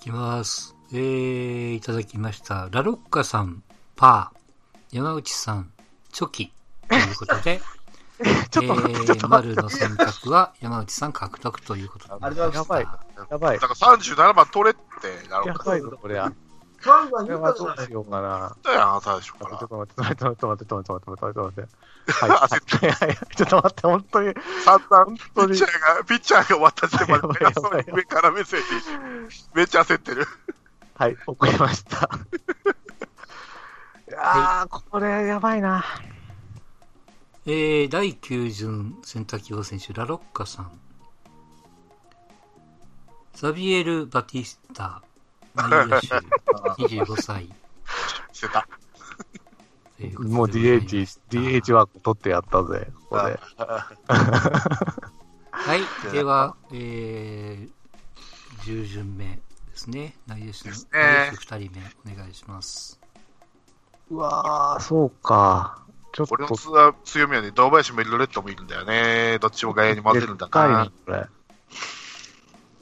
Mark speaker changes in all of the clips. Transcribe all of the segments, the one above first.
Speaker 1: きます。えー、いただきました。ラロッカさん、パー、山内さん、チョキ、ということで、
Speaker 2: ちょっと待って、えー、ちょっと
Speaker 1: 丸の選択は山内さん獲得ということで。
Speaker 2: あれだ、やばい。やばい。
Speaker 3: だから37番取れって、な
Speaker 2: や
Speaker 3: る
Speaker 2: ばいぞ、これは。
Speaker 4: 3
Speaker 2: こ
Speaker 4: 番
Speaker 2: れ
Speaker 4: 言っ
Speaker 2: は
Speaker 4: たじゃ
Speaker 2: ど
Speaker 4: な
Speaker 2: う
Speaker 4: い
Speaker 2: し。ようかな。
Speaker 3: だよ、最初
Speaker 2: ち
Speaker 3: か
Speaker 2: ょ
Speaker 3: ら
Speaker 2: っ。と待って、ちょっと待って、ちょっと待って、ちょっと待って、ちょっと待って、ちょっと待って。はい、
Speaker 3: 焦
Speaker 2: はい、はい、 ちょっと待って、本当に。
Speaker 3: 散々、
Speaker 2: 本
Speaker 3: ピ
Speaker 2: 当
Speaker 3: ッ
Speaker 2: に
Speaker 3: チャーが、ピッチャーが渡してま
Speaker 2: や
Speaker 3: で
Speaker 2: ばいやばい
Speaker 3: 偉そうに上から目線に、めっちゃ焦ってる。
Speaker 2: はい、送りま した。いやー、これ、やばいな。
Speaker 1: えー、第9巡選択希望選手、ラロッカさん。ザビエル・バティスタ、マイヤシ ュ、25歳。
Speaker 3: してた。
Speaker 1: といことで
Speaker 2: もう
Speaker 1: ございまし
Speaker 2: DH
Speaker 1: た、
Speaker 2: DH は取ってやったぜ、ここで。
Speaker 1: はい、では、えー、10巡目ですね。内野手の、
Speaker 3: です
Speaker 1: 内
Speaker 3: ね
Speaker 1: 野手2人目、お願いします。
Speaker 2: うわー、そうか。ちょっと、
Speaker 3: 俺のツアー強みはね、堂林もいる、ロレットもいるんだよね。どっちも外野に混ぜるんだな。
Speaker 2: これ。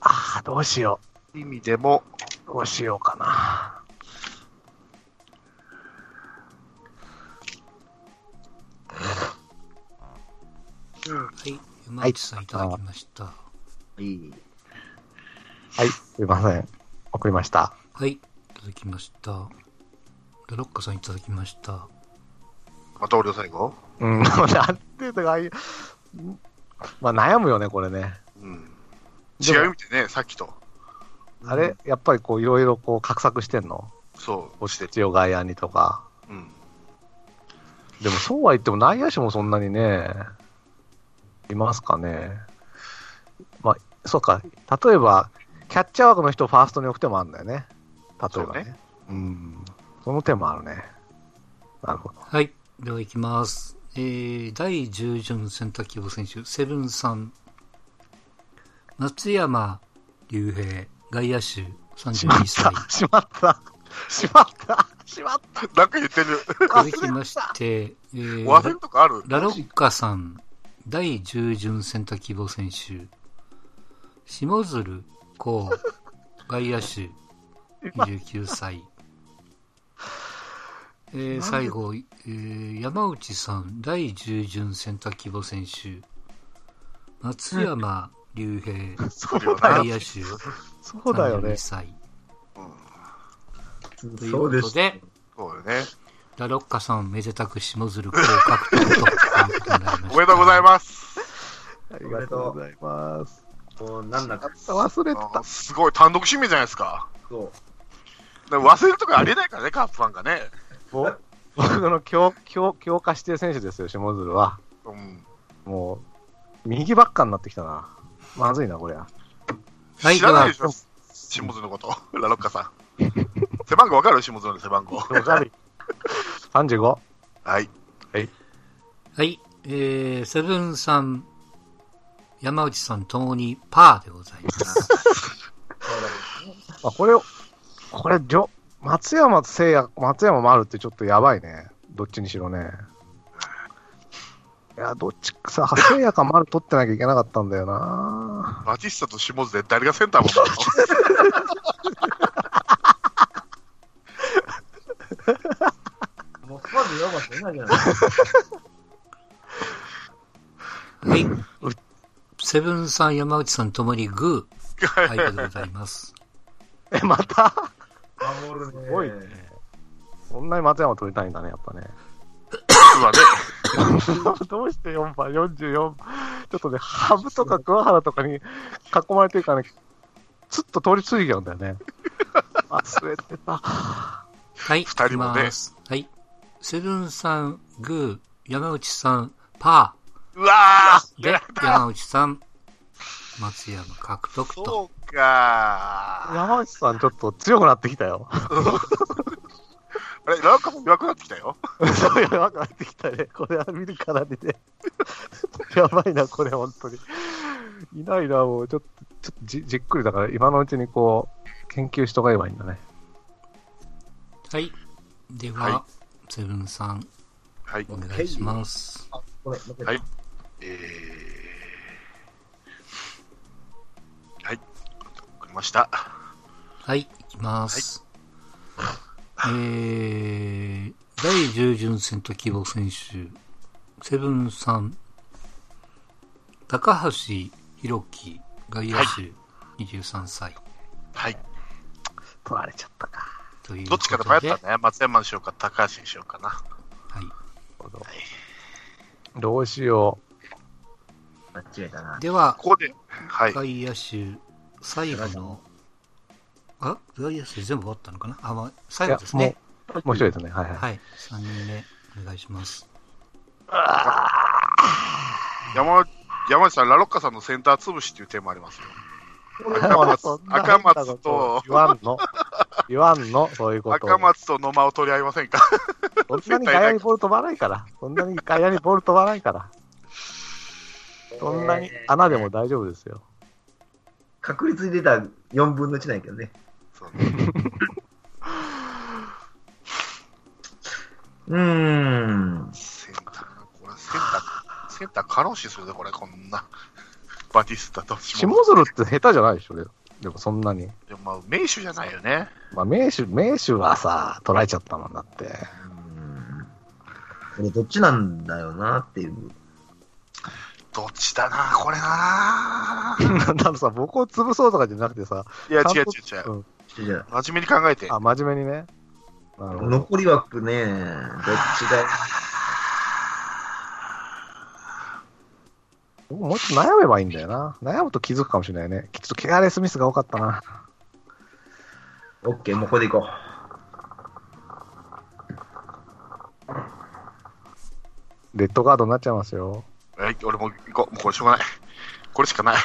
Speaker 2: ああ、どうしよ
Speaker 3: 意味でも、
Speaker 2: う。どうしようかな。
Speaker 1: はい、山内さんいただきました。
Speaker 2: はい、すいません。送りました。
Speaker 1: はい、いただきました。ラロッカさんいただきました。
Speaker 3: また俺の最後
Speaker 2: うん、 なんていうか、ああいう、まあ悩むよね、これね。
Speaker 3: うん。違
Speaker 2: でも
Speaker 3: う意味でね、さっきと。
Speaker 2: あれ、やっぱりこう、いろいろこう、画策してんの
Speaker 3: そう、落ちてる。
Speaker 2: 一応外野にとか。
Speaker 3: うん。
Speaker 2: でもそうは言っても内野手もそんなにね、いますかね。まあ、そうか、例えば、キャッチャー枠の人をファーストに置く手もあるんだよね。例えばね。
Speaker 3: そう
Speaker 2: ねうん。その手もあるね。なるほど。
Speaker 1: はい、では行きます。えー、第10巡選択希望選手、セブンさん、松山竜平、外野手、32歳。
Speaker 2: しまった。しまった。しまっ
Speaker 3: なんか言ってる。
Speaker 1: 続きまして、えー
Speaker 3: 終わるとかある
Speaker 1: ラロッカさん、第10巡選択希望選手、下鶴こう外野手、29歳。 えー最後、えー山内さん、第10巡選択希望選手、松山竜 平、
Speaker 2: た。そうだよ
Speaker 1: 外
Speaker 2: ね。
Speaker 1: 野手、
Speaker 2: そうだよね
Speaker 1: 32。歳。という
Speaker 4: そ
Speaker 1: こ
Speaker 4: うで
Speaker 1: と
Speaker 4: す。
Speaker 1: で、
Speaker 3: そうよね。
Speaker 1: ラロッカさん、めでたく下鶴こう獲得ということになりました。
Speaker 3: おめでとうございます。
Speaker 2: ありがとうございます。
Speaker 4: もうなんだか
Speaker 2: 忘れて
Speaker 3: あ
Speaker 2: た
Speaker 3: ー。すごい、単独指名じゃないですか。
Speaker 4: そう。
Speaker 3: でも忘れるとかありえないからね、カープファンがね。
Speaker 2: ぼ僕の強強強化指定選手ですよ、下鶴は。
Speaker 3: うん。
Speaker 2: もう、右ばっかになってきたな。まずいな、こりゃ。
Speaker 1: はい
Speaker 3: 知らないでし
Speaker 2: で
Speaker 3: ょ
Speaker 2: は、
Speaker 3: 下津のこと。 ラロッカさん。 背番号わかる下津の背番号。
Speaker 2: わかる。35。
Speaker 3: はい。
Speaker 1: はい、えー、セブンさん、山内さんともにパーでござい ます。
Speaker 2: あ、これ、これ、りょ松山聖也、松山丸ってちょっとやばいね。どっちにしろね。いや、どっちかさ、聖也か丸取ってなきゃいけなかったんだよな。
Speaker 3: バティスタと下津で誰がセンターもん なの
Speaker 4: もうまず言わばせないじゃないですか。
Speaker 1: はい、セブンさん、山内さんともにグー、はい、でございます。
Speaker 2: え、また
Speaker 4: 守るね。
Speaker 2: すごいねそんなに松山取りたいんだね、やっぱね。
Speaker 3: う わね。
Speaker 2: どうして4番、44番。ちょっとね、ハブとか桑原とかに囲まれてるからね、つっと通り過ぎちゃうんだよね。忘れてた。
Speaker 1: はい、
Speaker 3: 二人もね
Speaker 1: いきますはい、セブンさん、グー、山内さん、パ
Speaker 3: うわ
Speaker 1: ー
Speaker 3: ー
Speaker 1: で、山内さん、松山獲得と。
Speaker 3: そうか
Speaker 2: 山内さん、ちょっと強くなってきたよ。
Speaker 3: ー。あれ、ラロッカさん弱くなってきたよ。
Speaker 2: そう、弱くなってきたね。これは見るからにね。やばいな、これ、本当に。いないな、もう、ちょっと、ちょっとじじっくりだから、今のうちにこう、研究しとけばいいんだね。
Speaker 1: はい、では、
Speaker 3: は
Speaker 1: セブンさん、
Speaker 3: はい
Speaker 1: お。願いします。
Speaker 4: あ、ごめん、待って
Speaker 3: はいえー、はい。わかりました。
Speaker 1: はい、いきます。えー、第10巡選択希望選手、セブンさん、高橋宏樹、外野手、23歳。
Speaker 3: はい。
Speaker 2: 取られちゃったか。
Speaker 1: という
Speaker 3: ど
Speaker 1: こ
Speaker 3: っち
Speaker 1: とで
Speaker 3: から迷ったね。松山にしようか、高橋にしようかな。
Speaker 1: は、。
Speaker 2: どうしよ
Speaker 4: 間違えたない
Speaker 1: では、
Speaker 3: ここで、はい。
Speaker 1: 外野手、最後の、あ外野手全部終わったのかなあ、まあ、
Speaker 2: う。い
Speaker 1: 最後
Speaker 2: や
Speaker 1: です
Speaker 2: も
Speaker 1: ね。
Speaker 2: う、もう一人ですね。はいはい。
Speaker 1: はい、3人目、お願いします。
Speaker 3: 山山内さん、ラロッカさんのセンター潰しっていうテーマありますよ。
Speaker 2: 赤松
Speaker 3: 赤松と
Speaker 2: 言わんの言わんのそういうこと。
Speaker 3: 赤松と野間を取り合いませんか
Speaker 2: そんなにガヤにボール飛ばないから。そんなにガヤにボール飛ばないから。そんなに穴でも大丈夫ですよ。
Speaker 4: 確率に出た4分の1なんやけどね。
Speaker 3: そうね
Speaker 4: うーん。
Speaker 3: センター、これセンター、センター過労死するで、これ、こんな。 バティスタと
Speaker 2: 下
Speaker 3: い
Speaker 2: 鶴って下手じゃないでしょ、でもでもそんなに。
Speaker 3: やまあ、名手じゃないよね。
Speaker 2: まあ、名手、名手はさ、捉えちゃったもんだって。
Speaker 4: これどっちなんだよなっていう。
Speaker 3: どっちだな、これ な。
Speaker 2: なんだろうさ、僕を潰そうとかじゃなくてさ、
Speaker 3: いや、
Speaker 2: ちゃん
Speaker 3: 違う
Speaker 2: と
Speaker 3: 違う違う。
Speaker 2: うん
Speaker 4: じゃ
Speaker 3: 真面目に考えて。
Speaker 2: あ、真面目にね。な
Speaker 4: あ
Speaker 2: るほど。
Speaker 4: 残り枠ね、どっちが。
Speaker 2: 僕もうちょっと悩めばいいんだよな。悩むと気づくかもしれないね。ちょっとケアレスミスが多かったな。
Speaker 4: オッケー、もうこれでいこ
Speaker 2: レッドカードになっちゃいますよ。
Speaker 3: はい、俺も行こう。もうこれしょうがない。これしかない。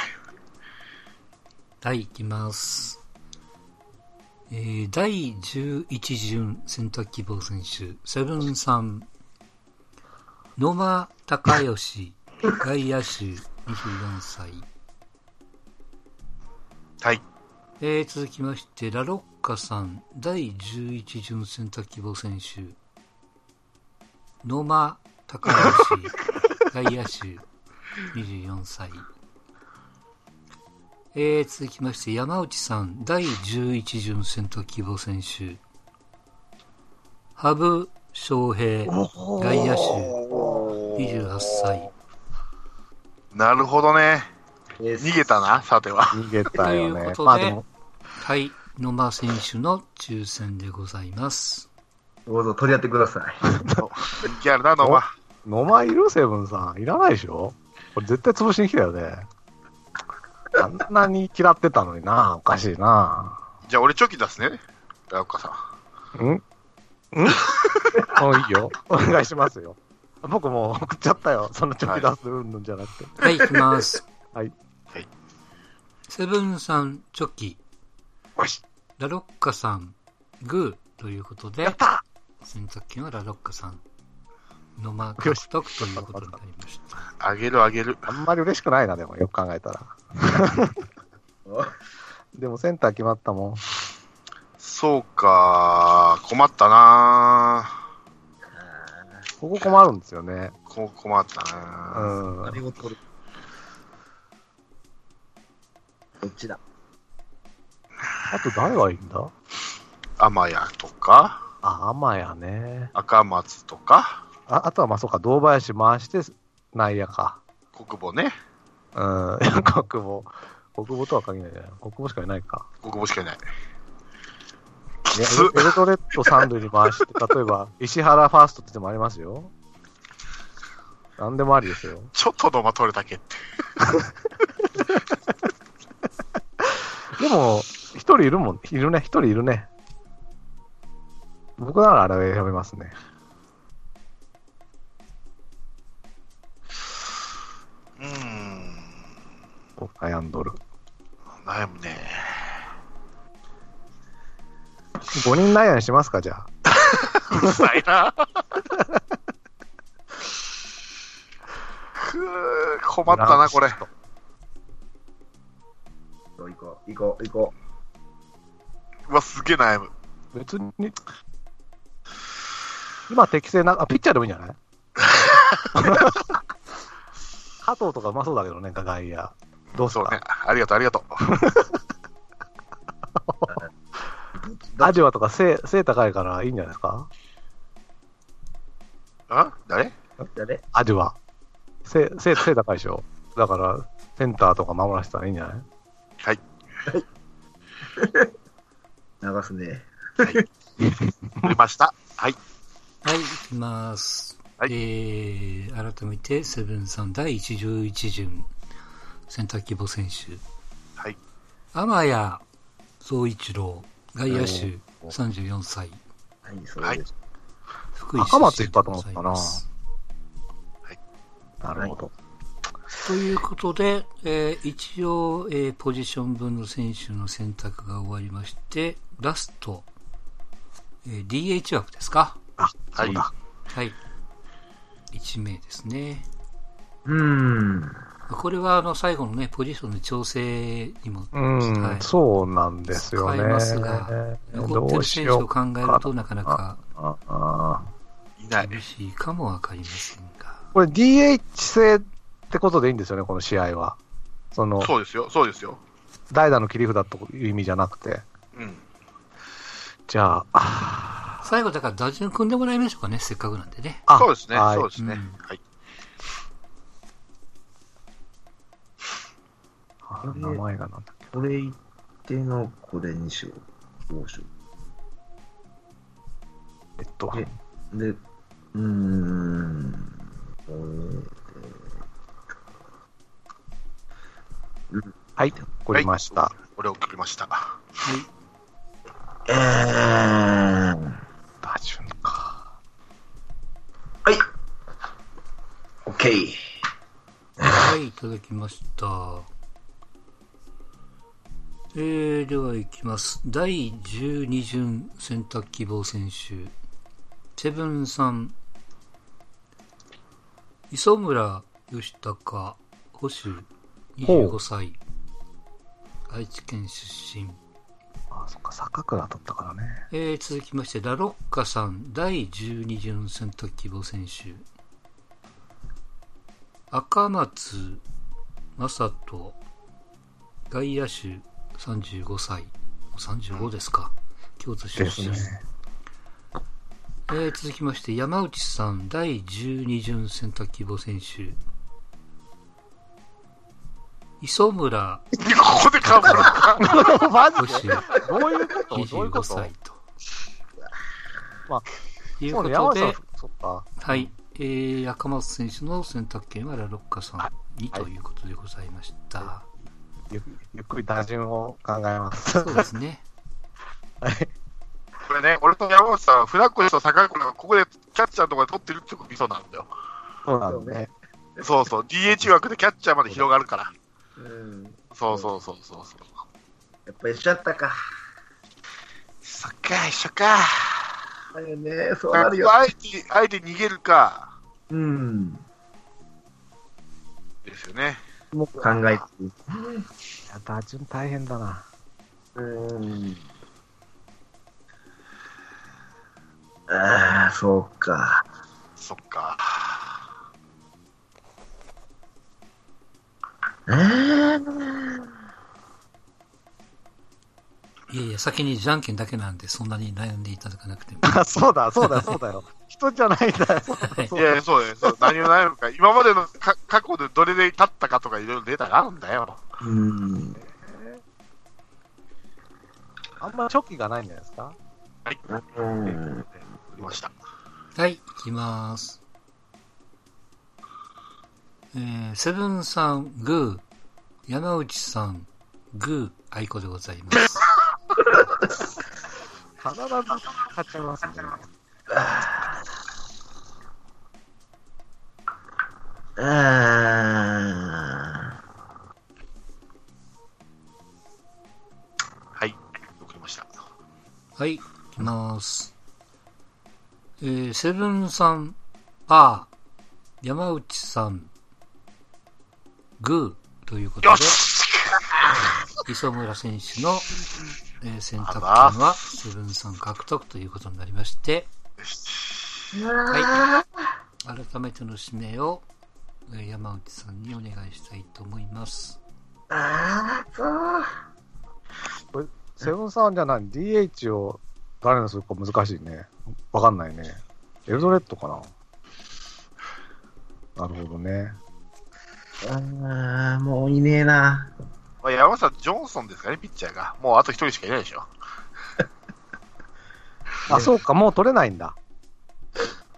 Speaker 1: はい、いきます。えー、第11巡選択希望選手、セブンさん、野間隆義、外野手、24歳。
Speaker 3: はい。
Speaker 1: えー、続きまして、ラロッカさん、第11巡選択希望選手、野間隆義、 外野手、24歳。えー、続きまして、山内さん、第11巡選択希望選手、羽生翔平、外野手、28歳。
Speaker 3: なるほどね。
Speaker 4: う。えー
Speaker 3: 逃げたな、さては。
Speaker 2: 逃げたよね。
Speaker 1: ということで
Speaker 2: まあでも、
Speaker 1: はい、野間選手の抽選でございます。
Speaker 4: どうぞ取り合ってください。
Speaker 3: 人気あるな、野間。
Speaker 2: 野間いるセブンさん。いらないでしょこれ絶対潰しに来たよね。あんなに嫌ってたのにな。おかしいな。
Speaker 3: じゃあ、俺チョキ出すね。ラロッカさん。
Speaker 2: んんあいいよ。お願いしますよ。僕もう 送っちゃったよ。そのチョキ出すうんじゃなくて。
Speaker 1: はい、行きます。
Speaker 2: はい。
Speaker 3: はい。
Speaker 1: セブンさん、チョキ、
Speaker 2: よし。
Speaker 1: ラロッカさん、グーということで
Speaker 2: やっ、た
Speaker 1: 選択権はラロッカさん、野間獲得ということになりました。
Speaker 3: あげるあげる。
Speaker 2: あんまり嬉しくないな、でも。よく考えたら。でもセンター決まったもん。
Speaker 3: そうか、困ったな
Speaker 2: ここ困るんですよね。
Speaker 3: こ困った
Speaker 2: う
Speaker 3: な、
Speaker 2: ん。
Speaker 4: 何を取るどっちだ
Speaker 2: あと誰がいいんだ
Speaker 3: 天谷とか、
Speaker 2: あ、天やね。
Speaker 3: 赤松とか、
Speaker 2: ああとはまあそうか、堂林回して内野か。
Speaker 3: 国母ね。
Speaker 2: うん、いや国母。国母とは限らないじゃない。国母しかいないか。
Speaker 3: 国母しかいない。
Speaker 2: ね、
Speaker 3: つ
Speaker 2: エルドレッド三塁に回して、例え ば、石原ファーストって手もありますよ。なんでもありですよ。
Speaker 3: ちょっとのま取れたけって。
Speaker 2: でも、一人いるもん。いるね、一人いるね。僕ならあれを選びますね。
Speaker 3: うーん。
Speaker 2: 僕悩んどる。
Speaker 3: 悩むね。
Speaker 2: 5人内野にしますか、じゃあ。
Speaker 3: うるさいな。くー困ったな、これ。
Speaker 4: 行こう、行こう、行こ
Speaker 3: うわ、すげえ悩む。
Speaker 2: 別に。今適正な、あ、ピッチャーでもいいんじゃない 加藤とかうまそうだけどね、外野。どうす
Speaker 3: そう
Speaker 2: か
Speaker 3: ね。ありがとう、ありがとう。
Speaker 2: アジワとか背背高いからいいんじゃないですか
Speaker 3: あ誰
Speaker 4: 誰
Speaker 2: アジワ。背、背、背高いでしょ。だから、センターとか守らせたらいいんじゃない
Speaker 4: 流すね。
Speaker 3: 出ました。はい。
Speaker 1: はい、いきます。
Speaker 3: はい
Speaker 1: えー、改めて、セブンさん第111巡、選択希望選手。
Speaker 3: はい。
Speaker 1: 天谷総一郎、外野手、
Speaker 2: おー
Speaker 1: 34歳。
Speaker 4: はい、そうです。
Speaker 1: 福井
Speaker 2: 赤松いっぱいと思った
Speaker 1: 出身でござ
Speaker 2: な
Speaker 1: います
Speaker 2: なるほど。
Speaker 1: ということで、えー一応、えーポジション分の選手の選択が終わりまして、ラスト、えー DH 枠ですか。
Speaker 3: はい。
Speaker 2: だ
Speaker 1: はい。1名ですね。
Speaker 4: うーん。
Speaker 1: これはあの最後のね、ポジションの調整にも
Speaker 2: うん、
Speaker 1: はい
Speaker 2: そうなんですよね。
Speaker 1: 使えますが残って
Speaker 2: ど
Speaker 1: る
Speaker 2: う
Speaker 1: 選
Speaker 2: し
Speaker 1: 手を
Speaker 2: よ
Speaker 1: 考えるとなかなか
Speaker 2: うかな。
Speaker 3: いない。
Speaker 1: 厳しいかもわかりませんが。
Speaker 2: これ DH 制ってことでいいんですよね、この試合は。その、
Speaker 3: そうですよ、そうですよ。
Speaker 2: 代打の切り札という意味じゃなくて。
Speaker 3: うん。
Speaker 2: じゃああ
Speaker 1: 最後だから打順組んでもらいましょうかね、せっかくなんでね。
Speaker 2: ー、あ
Speaker 3: そうですね、
Speaker 2: はい
Speaker 3: そうですね。
Speaker 1: うん
Speaker 3: はい。
Speaker 2: あ名前がなんだっけ。
Speaker 4: これ言っての、これにしよう。どうしよ
Speaker 2: えっと、
Speaker 4: えう。で、うーん。これ
Speaker 2: はい、送りました。
Speaker 3: 俺送りました。
Speaker 1: はい。
Speaker 4: えーん。
Speaker 2: 打順か。
Speaker 4: はい。オッケー。
Speaker 1: はい、いただきました。えー、ではいきます。第12巡選択希望選手、セブンさん、磯村義孝、保守、25歳、愛知県出身。
Speaker 2: あ、そっか、坂倉だったからね。
Speaker 1: えー続きまして、ラロッカさん、第12巡選択希望選手。赤松正人、外野手、35歳。35ですか。京都出
Speaker 2: です
Speaker 1: 身。
Speaker 2: ね。
Speaker 1: えー続きまして、山内さん、第12巡選択希望選手。磯村
Speaker 3: ここでかぶるか。
Speaker 2: マ
Speaker 1: 保
Speaker 2: ジ
Speaker 1: 守、
Speaker 2: どういうことどうい
Speaker 1: 25
Speaker 2: うこと
Speaker 1: 歳と。
Speaker 2: まあ
Speaker 1: という
Speaker 2: そう
Speaker 1: こ
Speaker 2: ね、山
Speaker 1: と
Speaker 2: 内さ
Speaker 1: で
Speaker 2: ん、、そっか。
Speaker 1: はい、えー、赤松選手の選択権はラロッカさんにということでございました。
Speaker 2: ゆゆっくり打順を考えます。
Speaker 1: そうです ね。
Speaker 3: これね、俺と山内さんは、船越と坂倉がここでキャッチャーとかで取ってるってこと見そうなんだよ。
Speaker 2: そうなんだね。
Speaker 3: そうそう、DH 枠でキャッチャーまで広がるから。
Speaker 4: うん。
Speaker 3: そうそうそうそうそう。
Speaker 4: やっぱりしちゃったか。
Speaker 3: そっか、一緒か。
Speaker 4: だよね、そうな
Speaker 3: あ
Speaker 4: るよ。
Speaker 3: えて、あえて逃げるか。
Speaker 4: うん。
Speaker 3: ですよね。
Speaker 4: もう考えてる。
Speaker 2: いや打順大変だな。
Speaker 4: うん。ああ、そうか。
Speaker 3: そっか。
Speaker 4: えー、
Speaker 1: いやいや、先にじゃんけんだけなんで、そんなに悩んでいただかなくても。
Speaker 2: あ、そうだ、そうだ、そうだよ。人じゃないんだよ。
Speaker 1: はい
Speaker 3: いやいや、そうだよ。 そう何を悩むか。今までのか過去でどれで立ったかとかいろいろデータがあるんだよ。
Speaker 4: うん。
Speaker 2: あんま初期がないんじゃないですか
Speaker 3: はい。送
Speaker 4: うん。
Speaker 3: りました。
Speaker 1: はい、いきます。えー、セブンさん、グー、山内さん、グー、アイコでございます。
Speaker 2: 必ず勝ちますね。
Speaker 4: ああ。
Speaker 3: はい。送りました。
Speaker 1: はい、いきます。えー、セブンさん、パー、山内さん、グーということ
Speaker 3: よ
Speaker 1: で、
Speaker 3: し
Speaker 1: 磯村選手の、えー選択権はセブンさん獲得ということになりまして、はい、改めての指名を、えー山内さんにお願いしたいと思います。
Speaker 4: ああ、そう。
Speaker 2: セブンさんじゃない、DH を誰にするか難しいね。わかんないね。エルドレッドかな。なるほどね。
Speaker 4: あーもういねえな。
Speaker 3: まあ、山下ジョンソンですかね、ピッチャーが。もうあと一人しかいないでしょ。
Speaker 2: あ、そうか、もう取れないんだ。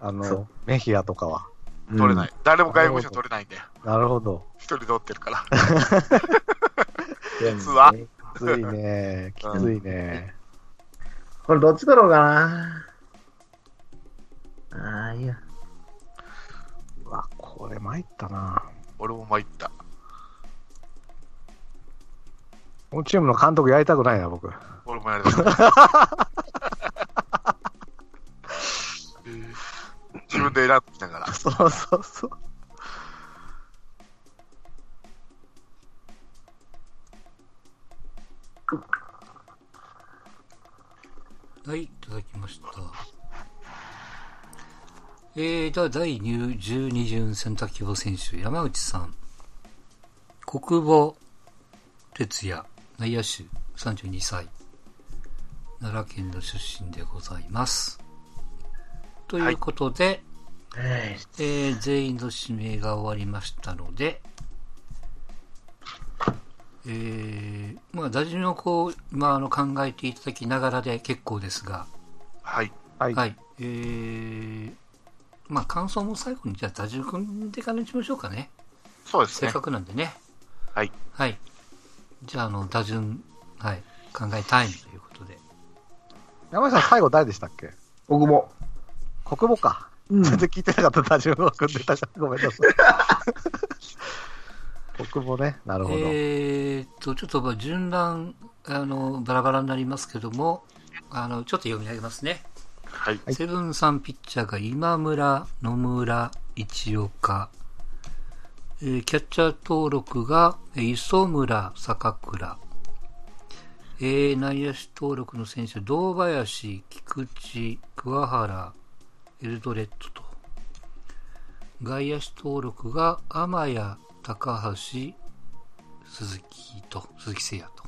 Speaker 2: あ
Speaker 4: そ
Speaker 2: の
Speaker 4: う、
Speaker 2: メヒアとかは。。
Speaker 3: 取れないい。誰も外国人取れないんで。
Speaker 2: なるほど。
Speaker 3: 一人で取ってる から。
Speaker 4: うん。
Speaker 3: 実は
Speaker 2: きついね。きついね。
Speaker 4: これどっちだろうかな。ああ、いや。
Speaker 2: うわ、これ参ったな。
Speaker 3: 俺も参った。
Speaker 2: このチームの監督やりたくないな、僕。
Speaker 3: 俺もやれ た。自分で選んできながら。
Speaker 2: そうそうそう。
Speaker 1: はい、いただきました。えー、では第12巡選択希望選手、山内さん。国母哲也、内野手、32歳。奈良県の出身でございます。ということで、
Speaker 4: はい
Speaker 1: えー全員の指名が終わりましたので、えー、まあ、打順をこう、まあ、あの、考えていただきながらで結構ですが、
Speaker 3: はい。
Speaker 2: はい。
Speaker 1: はい。えー、まあ感想も最後に、じゃあ打順組んでからにしましょうかね。
Speaker 3: そうです
Speaker 1: せっ
Speaker 3: ね。
Speaker 1: かくなんでね。
Speaker 3: はい。
Speaker 1: はい。じゃあ、あの、打順、はい、考えタイムということで。
Speaker 2: 山下さん、最後誰でしたっけ
Speaker 4: 僕も。
Speaker 2: 国母か。
Speaker 4: うん
Speaker 2: 全然聞いてなかった、打順を組んでたから、ごめんなさい。国母ね、なるほど。
Speaker 1: えーっと、ちょっとまあ順番、あの、バラバラになりますけども、あの、ちょっと読み上げますね。
Speaker 3: はい。
Speaker 2: はい
Speaker 1: セブンさんピッチャーが今村、野村、一岡、えーキャッチャー登録がえー磯村、坂倉、えー内野手登録の選手、堂林、菊池、桑原、エルドレッドと、外野手登録が天谷、高橋、鈴木と、鈴木誠也と。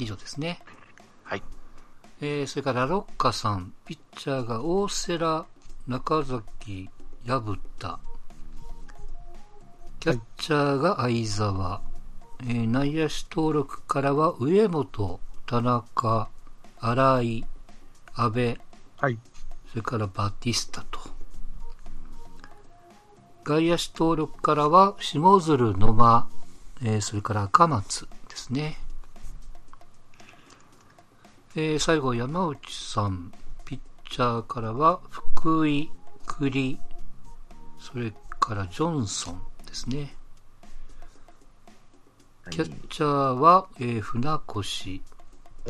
Speaker 1: 以上ですね。
Speaker 3: はい。
Speaker 1: えーそれからラロッカさん、ピッチャーが大瀬良、中崎、薮田、キャッチャーが相澤、えー内野手登録からは上本、田中、新井、阿部、
Speaker 2: はい。
Speaker 1: それからバティスタと。外野手登録からは下鶴、野間、えーそれから赤松ですね。えー最後、山内さん。ピッチャーからは福井、栗、それからジョンソンですね。キャッチャーは、えー船越、
Speaker 4: は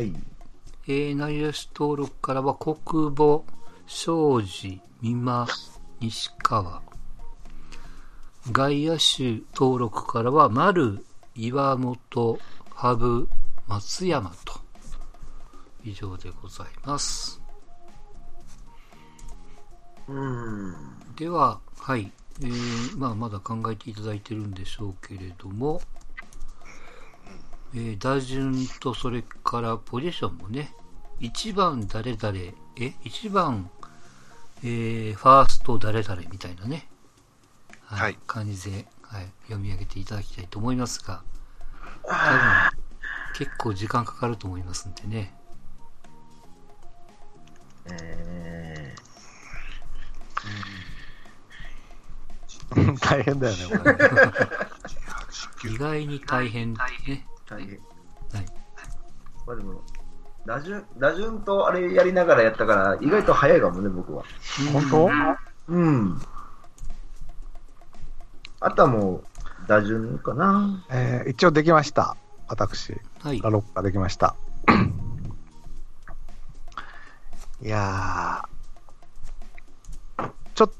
Speaker 4: い。
Speaker 1: えー内野手登録からは国母、庄司、美馬、西川。外野手登録からは丸、岩本、羽生、松山と。以上でございます。
Speaker 4: うん。
Speaker 1: では、はい。えーまあ、まだ考えていただいてるんでしょうけれども、えー打順とそれからポジションもね、1番誰々、え、1番、えーファースト誰々みたいなね、はい、
Speaker 3: はい
Speaker 1: 感じで、はい、読み上げていただきたいと思いますが、多分、結構時間かかると思いますんでね。
Speaker 4: え
Speaker 2: 大変だよね、これ。
Speaker 1: 意外に大変ね。
Speaker 4: ー、大変。
Speaker 1: はい。
Speaker 4: まあでも、打順、打順とあれやりながらやったから、意外と早いかもね、僕は。
Speaker 2: 本当
Speaker 4: うん。あとはもう、打順かな。
Speaker 2: えー一応できました。私、
Speaker 1: 当はい
Speaker 2: ラ。ロッカできました。いやー、ちょっと、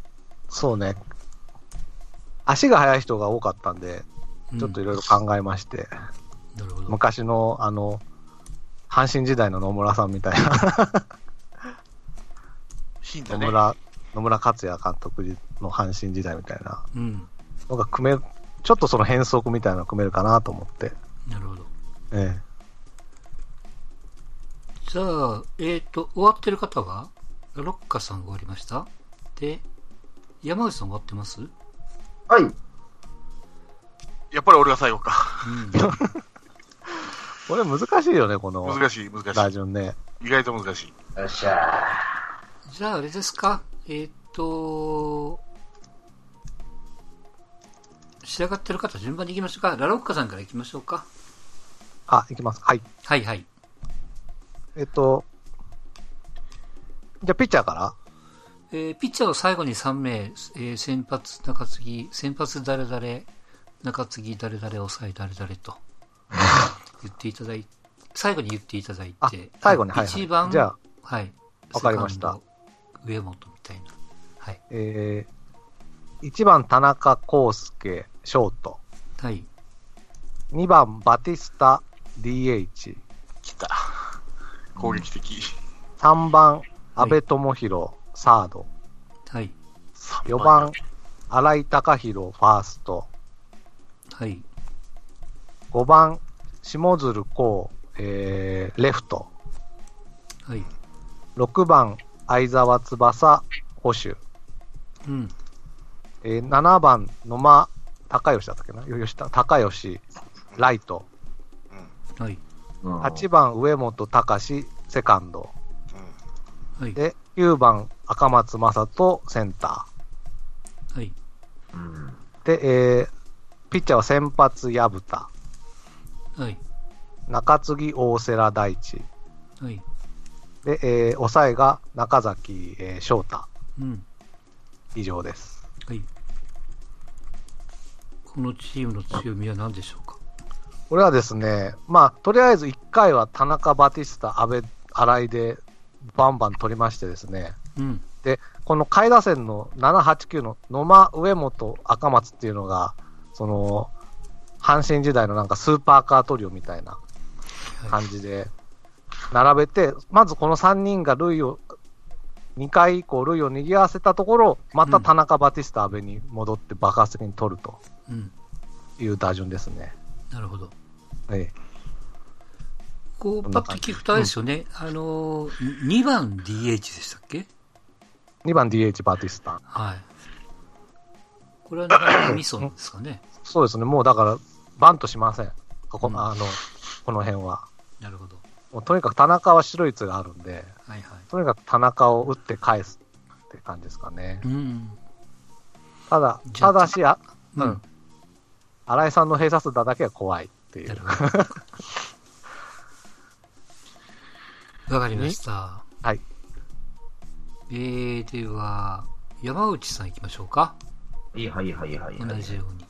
Speaker 2: そうね、足が速い人が多かったんで、ちょっといろいろ考えまして、
Speaker 1: うんなるほど。
Speaker 2: 昔の、あの、阪神時代の野村さんみたいな、
Speaker 3: 頻度
Speaker 2: 野
Speaker 3: ね。
Speaker 2: 村、野村克也監督の阪神時代みたいな
Speaker 1: うん。
Speaker 2: のが組め、ちょっとその変則みたいなの組めるかなと思って、
Speaker 1: なるほど。
Speaker 2: ええ
Speaker 1: じゃあ、えっ、と、終わってる方はロッカさん終わりましたで、山内さん終わってますうん。
Speaker 4: はい。
Speaker 3: やっぱり俺が最後か。
Speaker 2: これ難しいよね、この
Speaker 3: 難しい、難
Speaker 2: 打
Speaker 3: し
Speaker 2: 順ね。
Speaker 3: い。意外と難しい。
Speaker 4: よっしゃ
Speaker 1: じゃあ、あれですかえっ、と、仕上がってる方順番に行きましょうか。ラロッカさんから行きましょうか。
Speaker 2: あ、いきます。はい。
Speaker 1: はいはい。
Speaker 2: えっと、じゃあ、ピッチャーから
Speaker 1: えーピッチャーを最後に3名、えー先発中継ぎ、先発誰々、中継ぎ誰々、抑え誰々 と言っていただいて、最後に言っていただい
Speaker 2: あ
Speaker 1: て、、
Speaker 2: 最後に、はい、
Speaker 1: 一
Speaker 2: は
Speaker 1: 番、
Speaker 2: い。じゃあ、
Speaker 1: はい。
Speaker 2: わかりました
Speaker 1: セカンド。上本みたいな。はい。
Speaker 2: えー、1番田中康介、ショート。
Speaker 1: はい。
Speaker 2: 2番バティスタ、DH。
Speaker 3: 来た。攻撃的。
Speaker 2: 3番安部智弘、サード。
Speaker 1: はい。
Speaker 2: 4番新井貴弘、ファースト。
Speaker 1: はい。
Speaker 2: 5番下鶴光、えー、レフト。
Speaker 1: はい。
Speaker 2: 6番相沢翼、捕手。
Speaker 1: うん。
Speaker 2: えー7番野間高吉だったっけなよ吉田高吉、ライト。
Speaker 1: はい。
Speaker 4: ー。
Speaker 2: 8番上本隆、セカンド。
Speaker 3: うん
Speaker 1: はい。
Speaker 2: で、9番赤松正人、センタ
Speaker 1: はい。
Speaker 4: うん。
Speaker 2: ー。で、えーピッチャーは先発薮田。
Speaker 1: はい。
Speaker 2: 中継ぎ大瀬良大地。
Speaker 1: はい。
Speaker 2: で、えー抑えが中崎、えー翔太。
Speaker 1: うん。
Speaker 2: 以上です。
Speaker 1: はい。このチームの強みは何でしょうか
Speaker 2: これはですね、まあ、とりあえず1回は田中、バティスタ、安倍、新井でバンバン取りましてですね、
Speaker 1: うん。
Speaker 2: で、この下位打線の7、8、9の野間、上本、赤松っていうのが、その、阪神時代のなんかスーパーカートリオみたいな感じで、並べて、まずこの3人が類を、2回以降、類を賑わせたところ、また田中、バティスタ、安倍に戻って爆発的に取ると
Speaker 1: うん。
Speaker 2: いう打順ですね。
Speaker 1: なるほど。
Speaker 2: はい、
Speaker 1: こ
Speaker 2: こ
Speaker 1: う、パ
Speaker 2: んな
Speaker 1: ッと
Speaker 2: 感じ
Speaker 1: 聞くとあれですよね。あのー、2番 DH でしたっけ
Speaker 2: 2番 DH バティスタ。
Speaker 1: はい。これはなかなかミソですか ね。
Speaker 2: そうですね、もうだから、バントしません。ここ、
Speaker 1: うん
Speaker 2: あの、この辺は。
Speaker 1: なるほど。
Speaker 2: もうとにかく田中は白いつがあるんで、
Speaker 1: はいは
Speaker 2: とにかく田中を打って返すって感じですかね
Speaker 1: い。。うん。
Speaker 2: ただ、
Speaker 1: じゃあ
Speaker 2: ただし、あ
Speaker 1: う
Speaker 2: うんん。新井さんの閉鎖数打だけは怖いってい
Speaker 1: な
Speaker 2: う
Speaker 1: る。ほど。 わかりました。
Speaker 2: はい。
Speaker 1: えー、では、山内さん行きましょうか。
Speaker 4: いいはいはいはい
Speaker 1: 同
Speaker 4: はい。
Speaker 1: じように。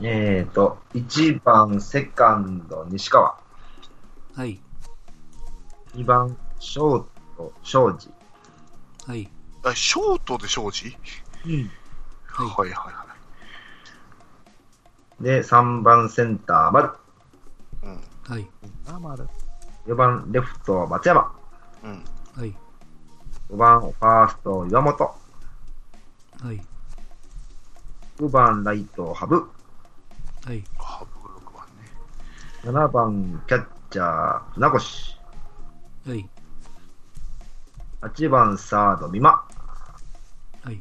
Speaker 4: えーと、1番、セカンド、西川。
Speaker 1: はい。
Speaker 4: 2番、ショート、庄司。
Speaker 1: はい。
Speaker 3: あショートで庄司はい
Speaker 1: は
Speaker 3: はいは
Speaker 4: で、3番、センター、丸。
Speaker 3: い。うん。
Speaker 1: い。はい。
Speaker 2: あまる
Speaker 4: 4番、レフト、松山。
Speaker 3: うん。
Speaker 1: はい。
Speaker 4: 5番、ファースト、岩本。
Speaker 1: はい。
Speaker 4: 6番、ライト、羽生。
Speaker 1: はい。
Speaker 3: ハブ6番ね。
Speaker 4: 7番、キャッチャー、船越。
Speaker 1: はい。
Speaker 4: 8番、サード、美馬。
Speaker 1: はい。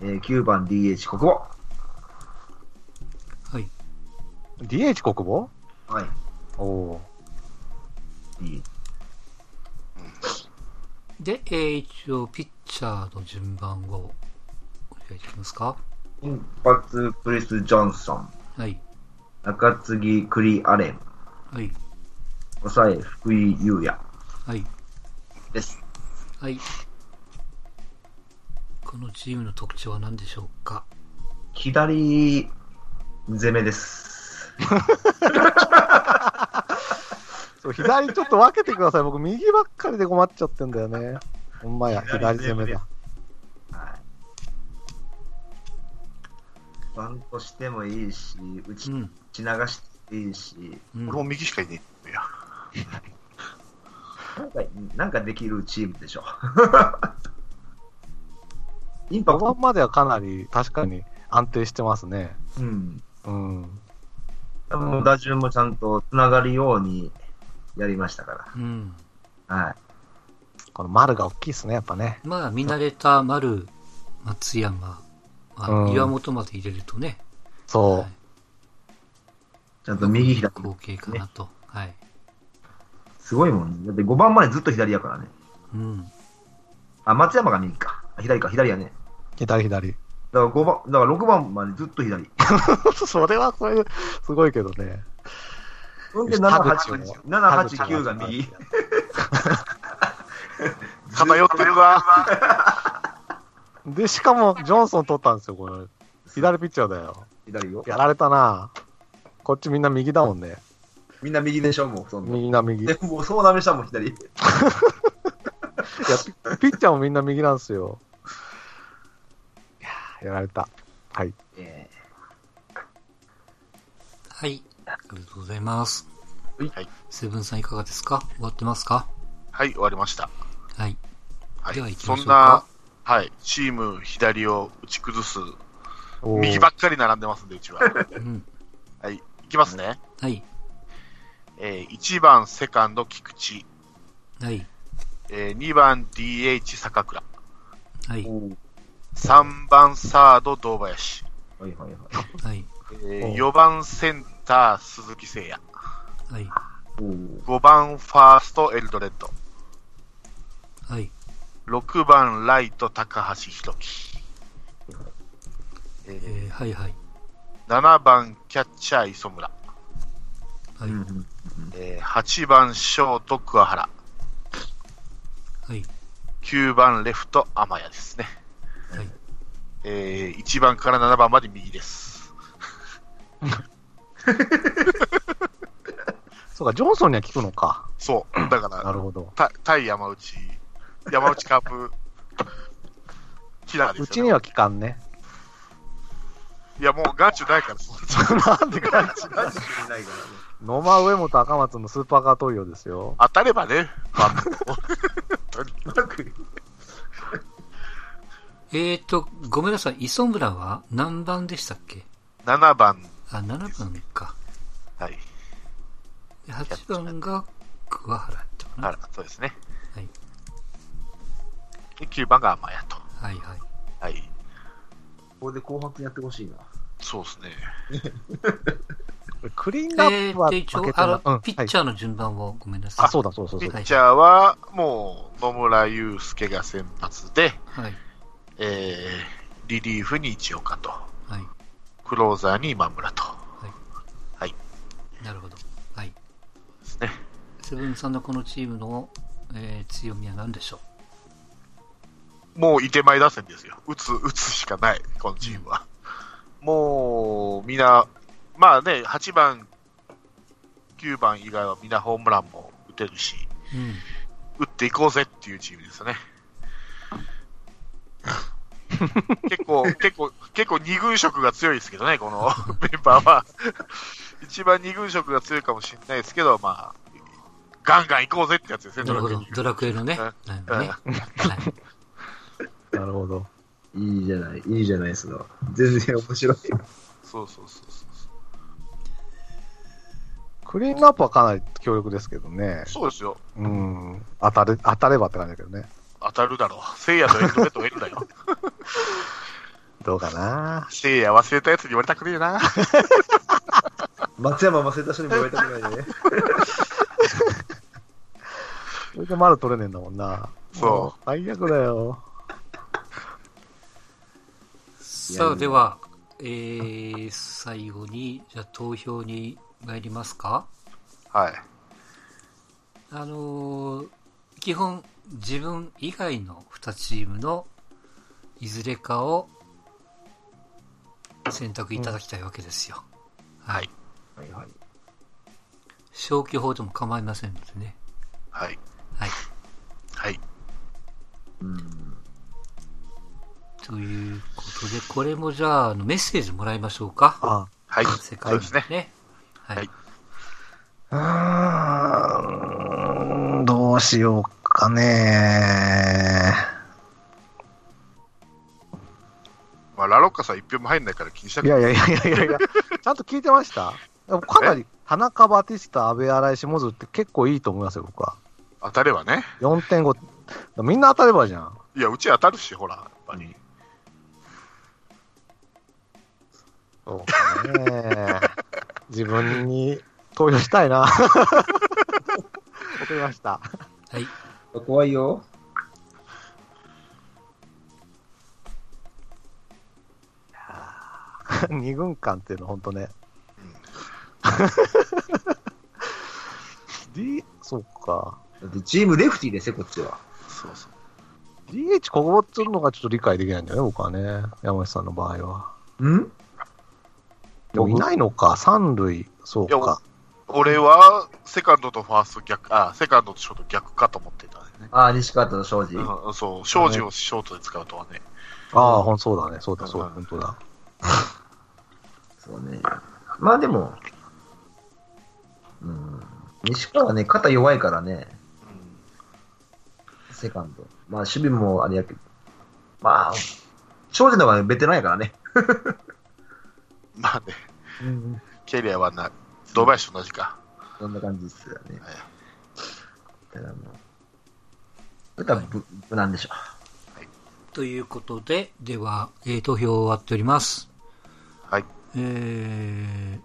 Speaker 4: えー9番、DH、国保。
Speaker 1: はい。
Speaker 2: DH 国防
Speaker 4: はい。
Speaker 2: おお
Speaker 4: いい
Speaker 1: で、えー、一応、ピッチャーの順番をお願いできますか。
Speaker 4: 先発、クリス・ジョンソン。
Speaker 1: はい。
Speaker 4: 中継ぎ、クリ・アレン。
Speaker 1: はい。
Speaker 4: 抑え、福井優也
Speaker 1: はい。
Speaker 4: です。
Speaker 1: はい。このチームの特徴は何でしょうか
Speaker 4: 左攻めです。
Speaker 2: ーそう左ちょっと分けてください。僕、右ばっかりで困っちゃってんだよね。ほんまや、左
Speaker 4: 左
Speaker 2: 攻めだ。
Speaker 4: はい。バントしてもいいし、打ち,、
Speaker 1: うん。
Speaker 4: 流していいし、
Speaker 1: うん
Speaker 3: 俺も右しかいねえ。いや。
Speaker 4: なんか、なんかできるチームでしょ。 インパ
Speaker 2: 5
Speaker 4: クト
Speaker 2: 番まではかなり確かに安定してますね。
Speaker 4: うん。
Speaker 2: うん。
Speaker 4: も打順もちゃんとつながるようにやりましたか
Speaker 1: うん。
Speaker 4: ら。はい。
Speaker 2: この丸が大きいですね、やっぱね。
Speaker 1: まあ、見慣れた丸、松山、まあ
Speaker 2: うん
Speaker 1: 岩本まで入れるとね、
Speaker 2: そう。
Speaker 1: はい
Speaker 4: ちゃんと右
Speaker 1: いい
Speaker 4: 左。
Speaker 1: 光景かなと。はい。
Speaker 4: すごいもんね。だって5番までずっと左やからね。
Speaker 1: うん。
Speaker 4: あ、松山が右か。あ左か、左やね。
Speaker 2: 左左。
Speaker 4: だから5番、だから6番までずっと左。
Speaker 2: それはそれ、すごいけどね。
Speaker 4: ほんで7、
Speaker 2: 田口も
Speaker 4: 8、7、8、9が右。
Speaker 3: 偏ってるわ。
Speaker 2: で、しかも、ジョンソン取ったんですよ、これ。左ピッチャーだよ。
Speaker 4: 左よ。
Speaker 2: やられたなこっちみんな右だもんね。
Speaker 4: みんな右でしょ、もう。そんな
Speaker 2: みんな右。い
Speaker 4: で
Speaker 2: や、
Speaker 4: もうそうダメしたもん、左。
Speaker 2: ピッチャーもみんな右なんですよ。いやーやられた。はい。
Speaker 4: え
Speaker 1: はい。ありがとうございます。
Speaker 3: はい。
Speaker 1: セブンさんいかがですか終わってますか
Speaker 3: はい、終わりました。
Speaker 1: はい。
Speaker 3: は。
Speaker 1: ではい行きま
Speaker 3: そ
Speaker 1: しょうんか
Speaker 3: な、はい、チーム左を打ち崩す、
Speaker 2: おー
Speaker 3: 右ばっかり並んでますんで、うちは。
Speaker 1: うん。
Speaker 3: はい、いきますね。
Speaker 1: はい。
Speaker 3: えー、1番セカンド菊池、
Speaker 1: はい。
Speaker 3: えー、2番 DH 坂倉、
Speaker 1: は
Speaker 4: え
Speaker 1: い。
Speaker 4: おー
Speaker 3: 3番サード堂林、
Speaker 4: はいはいはい。
Speaker 1: はい。
Speaker 3: え
Speaker 2: お
Speaker 3: ー、4番センター鈴木誠也、
Speaker 1: はい。
Speaker 4: おー
Speaker 3: 5番ファーストエルドレッド、
Speaker 1: はい。
Speaker 3: 6番ライト高橋宏樹、え
Speaker 1: えー、
Speaker 3: ー
Speaker 1: はいはい。
Speaker 3: 7番キャッチャー磯村、
Speaker 1: は
Speaker 4: う
Speaker 1: い。
Speaker 4: んうん
Speaker 3: えー、8番ショート桑原、
Speaker 1: はい。
Speaker 3: 9番レフト天谷ですね、
Speaker 1: はい。
Speaker 3: えー、1番から7番まで右です。
Speaker 2: そうか、ジョンソンには効くのか。
Speaker 3: そう、だから、
Speaker 2: なるほど。
Speaker 3: た対山内、山内カープ、キラーですよ、ね。
Speaker 2: うちには効かんね。
Speaker 3: いや、もうガチュないから、そ んな
Speaker 2: なんでか。
Speaker 4: ガチでいないからね
Speaker 2: 野間上本赤松のスーパーカー投与ですよ。
Speaker 3: 当たればね、バットを
Speaker 4: うまく
Speaker 1: えーと、ごめんなさい。磯村は何番でしたっけ
Speaker 3: 7番、
Speaker 1: あ、7番か。
Speaker 3: はい、
Speaker 1: で8番が桑原ってこと
Speaker 3: あ
Speaker 1: ね。
Speaker 3: ら、そうですね。
Speaker 1: はい
Speaker 3: で9番が甘やと。
Speaker 1: はいはい。
Speaker 3: はい、
Speaker 4: ここで後半戦やってほしいな。
Speaker 3: そうですね。
Speaker 2: クリーンア
Speaker 1: え
Speaker 2: ップ
Speaker 1: ー、
Speaker 2: は
Speaker 1: で
Speaker 2: 負け
Speaker 1: 一
Speaker 2: てな
Speaker 1: 応
Speaker 2: い、
Speaker 1: あ
Speaker 2: う
Speaker 1: の、
Speaker 2: ん
Speaker 1: ピッ
Speaker 2: はい
Speaker 1: チャーの順番をごめんなさい。
Speaker 2: あ、そうだ、そうそうそう
Speaker 3: ピ。ッチャーは、もう、野村祐介が先発で、
Speaker 1: はい。
Speaker 3: えー、リリーフに一岡と、
Speaker 1: は
Speaker 3: クローザーに今村と。
Speaker 1: い。なるほど。はい。
Speaker 3: ですね。
Speaker 1: セブンさんのこのチームの、えー強みは何でしょ
Speaker 3: もうい手前打線ですよ。打つ、打つしかない、このチームは。もう、みな、まあね、8番、9番以外はみんなホームランも打てるし、
Speaker 1: ううん。
Speaker 3: 打っていこうぜっていうチームですね。結構、結構、結構二軍色が強いですけどね、この メンバーは。一番二軍色が強いかもしれないですけど、まあ、ガンガン行こうぜってやつですね、
Speaker 1: なるほど。ドラクエのね。
Speaker 3: う
Speaker 1: な
Speaker 3: ん
Speaker 1: ん
Speaker 3: ド
Speaker 1: か
Speaker 3: ラ
Speaker 1: ね。
Speaker 3: ゴン
Speaker 1: はい。
Speaker 2: なるほど。
Speaker 4: いいじゃない、いいじゃないですか。全然面 白い。
Speaker 3: そうそうそうそう。
Speaker 2: クリーンアップはかなり強力ですけどね。
Speaker 3: そうですよ。
Speaker 2: うん。当たれ、当たればって感じだけどね。
Speaker 3: 当たるだろう。聖夜とエルドレッドがいるんだよ。
Speaker 2: どうかな
Speaker 3: 聖夜忘れたやつに言われたくねえな。
Speaker 4: 松山忘れた人にも言われたくないね。
Speaker 2: それで丸取れねえんだもんな。
Speaker 3: そう
Speaker 2: も最悪だよ。
Speaker 1: さあ、では、えー、最後に、じゃあ投票に参りますか。
Speaker 3: はい。
Speaker 1: あのー基本、自分以外の2チームのいずれかを選択いただきたいわけですよ。
Speaker 3: はい
Speaker 1: はい。
Speaker 4: はいはい。
Speaker 1: 消去法でも構いませんのでね。
Speaker 3: はい。
Speaker 1: はい。
Speaker 3: はい。
Speaker 4: うん。
Speaker 1: ということで、これもじゃあ、あのメッセージもらいましょうか。
Speaker 2: あ
Speaker 3: はい。
Speaker 1: 世
Speaker 3: そ
Speaker 1: 界
Speaker 3: うですね。
Speaker 1: ね。は
Speaker 3: はいい。
Speaker 2: うーん、どうしようかね。
Speaker 3: まあ、ラロッカさん一票も入んないから気にしないくて。
Speaker 2: やいやいやいやいや、ちゃんと聞いてましたかなり、田中、バティスタ、安倍、新井、下津って結構いいと思いますよ、僕は。
Speaker 3: 当たればね。
Speaker 2: 4.5、みんな当たればじゃん。
Speaker 3: いや、うち当たるし、ほら、やっぱり。
Speaker 2: そうかね。 自分に投票したいな。わ かりまし
Speaker 1: は
Speaker 2: た。
Speaker 1: い。
Speaker 4: 怖いよ。
Speaker 2: 二軍間っていうのは本当ね。D、そうか。
Speaker 4: だってチームレフティーですよ、こっちは。
Speaker 3: そうそう。
Speaker 2: DH こぼってるのがちょっと理解できないんだよね、僕はね。山内さんの場合は。
Speaker 4: ん
Speaker 2: でもいないのか、三塁、そう
Speaker 3: いや
Speaker 2: か。
Speaker 3: 俺は、セカンドとファースト逆、あ、セカンドとショート逆かと思ってたね。
Speaker 4: ああ、西川と庄司。
Speaker 3: うん、そう、庄司をショートで使うとはね。
Speaker 2: ああ、ほんそうだね、そうだ、そうだ、
Speaker 3: うん
Speaker 2: 本当だ。
Speaker 4: そうね。まあでも、うん。西川はね、肩弱いからね、
Speaker 3: うん
Speaker 4: セカンド。まあ守備もあれやけど。まあ、庄司の方がベテランやからね。
Speaker 3: まあね、
Speaker 4: うん。
Speaker 3: キャリアはな、堂林と同じか。
Speaker 4: そんな感じっすよね
Speaker 3: はい。
Speaker 4: だからもう、歌ぶ、無難でしょ。
Speaker 1: ということで、では、えー投票終わっております。
Speaker 3: はい。
Speaker 1: えー、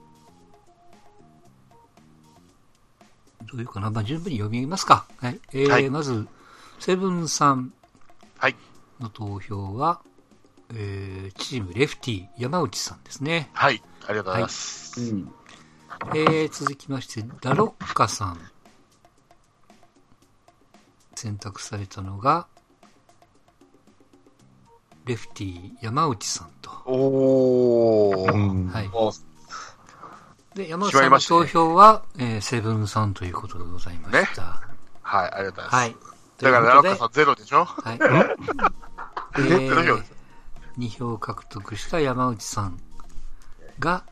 Speaker 1: どういうかな、まあ、順分に読み上げますか。はい。えー
Speaker 3: はい
Speaker 1: まず、セブンさん
Speaker 3: はい。
Speaker 1: の投票は、えーチームレフティ、山内さんですね。
Speaker 3: はい。ありがとうございます。
Speaker 4: うん。
Speaker 1: えー、続きまして、ダロッカさん。選択されたのが、レフティ、山内さんと。
Speaker 3: おー。
Speaker 2: うん
Speaker 1: はい。
Speaker 3: お
Speaker 1: で、山内
Speaker 3: 決ま
Speaker 1: さん
Speaker 3: り
Speaker 1: の
Speaker 3: ましたね
Speaker 1: 投票は、えーセブンさんということでございました。
Speaker 3: はい、ありがとうござ
Speaker 1: はいい。
Speaker 3: ます。だから、奈良岡さんゼロでしょ
Speaker 1: はい。
Speaker 3: ん
Speaker 1: え
Speaker 3: ゼロ
Speaker 1: ー
Speaker 3: 票、
Speaker 1: 2票獲得した山内さんが、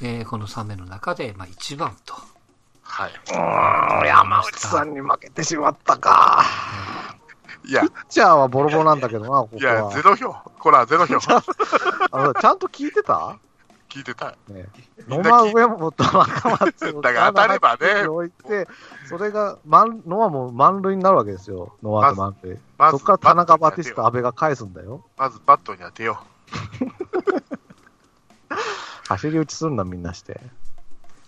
Speaker 1: えーこの3名の中で、まあ、1番と。
Speaker 3: はい。
Speaker 2: 山内さんに負けてしまったか。
Speaker 3: いや、
Speaker 2: ピッチャーはボロボロなんだけどな、ここ
Speaker 3: いや、ゼ
Speaker 2: は。
Speaker 3: ロ票。こら、ゼロ票。
Speaker 2: あのちゃんと聞いてた
Speaker 3: 聞いてた。
Speaker 2: ね
Speaker 3: み
Speaker 2: 野
Speaker 3: んな
Speaker 2: 間
Speaker 3: 聞い
Speaker 2: 上本若松を
Speaker 3: だから当たればね
Speaker 2: 置いて、それが満、ノアも満塁になるわけですよ、ノアと満塁。
Speaker 3: ま
Speaker 2: そ
Speaker 3: ず、
Speaker 2: こから田中、バティス
Speaker 3: タ
Speaker 2: タ、阿部が返すんだよ。
Speaker 3: まずバットに当てよ
Speaker 2: 走り打ちすんな、みんな して。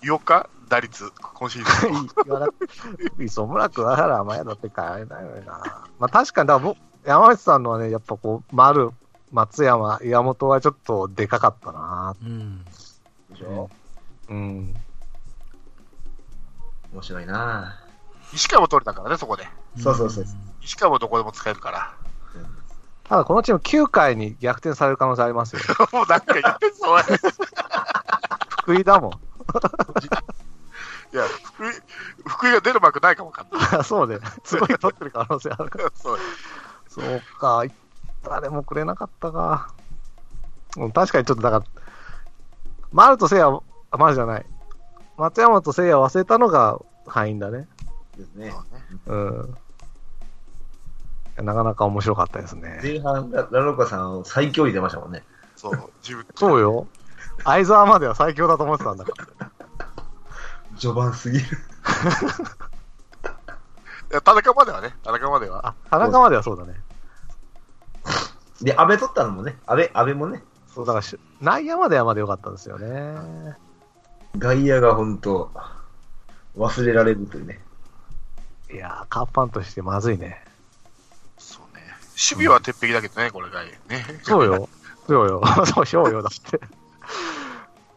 Speaker 3: う。8日、打率、今シーズン。
Speaker 2: 言わなくて、磯村君はら甘えだって変えないよな。まあ確かに、だから僕山内さんのはね、やっぱこう、丸、松山、岩本はちょっとでかかったな。
Speaker 1: うん。
Speaker 4: でしょ
Speaker 2: うん。
Speaker 4: 面白いな
Speaker 3: 石川も取れたからね、そこで。
Speaker 4: そうそうそうそ
Speaker 3: 石川もどこでも使えるから。
Speaker 2: ただこのチーム9回に逆転される可能性ありますよ。
Speaker 3: もうなんか言ってそうや。
Speaker 2: 福井だもん。
Speaker 3: いや、福井、福井が出る幕ないかもわかんな い。
Speaker 2: そうね。すごい取ってる可能性あるから。
Speaker 3: そう
Speaker 2: そうか。誰もくれなかったか。うん確かにちょっとだから、丸と聖夜、あ丸じゃない。松山と聖夜を忘れたのが敗因だね。
Speaker 4: うですね。
Speaker 2: うん。なかなか面白かったですね。
Speaker 4: 前半、ララロカさん最強位出ましたもんね。
Speaker 3: そう、自分、
Speaker 2: そうよ。相沢までは最強だと思ってたんだから。
Speaker 4: 序盤すぎる。
Speaker 3: いや田中まではね、田中までは。
Speaker 2: あ、田中まではそうだね。
Speaker 4: で、安倍取ったのもね、安倍、安倍もね、
Speaker 2: そう、だからし、内野まではまで良かったですよね。
Speaker 4: 外野が本当忘れられるというね。
Speaker 2: いやー、カープファンとしてまずいね。
Speaker 3: そうね。守備は鉄壁だけどね、これがいいね。
Speaker 2: そうよ。そうよ。 そうしようよ。だって。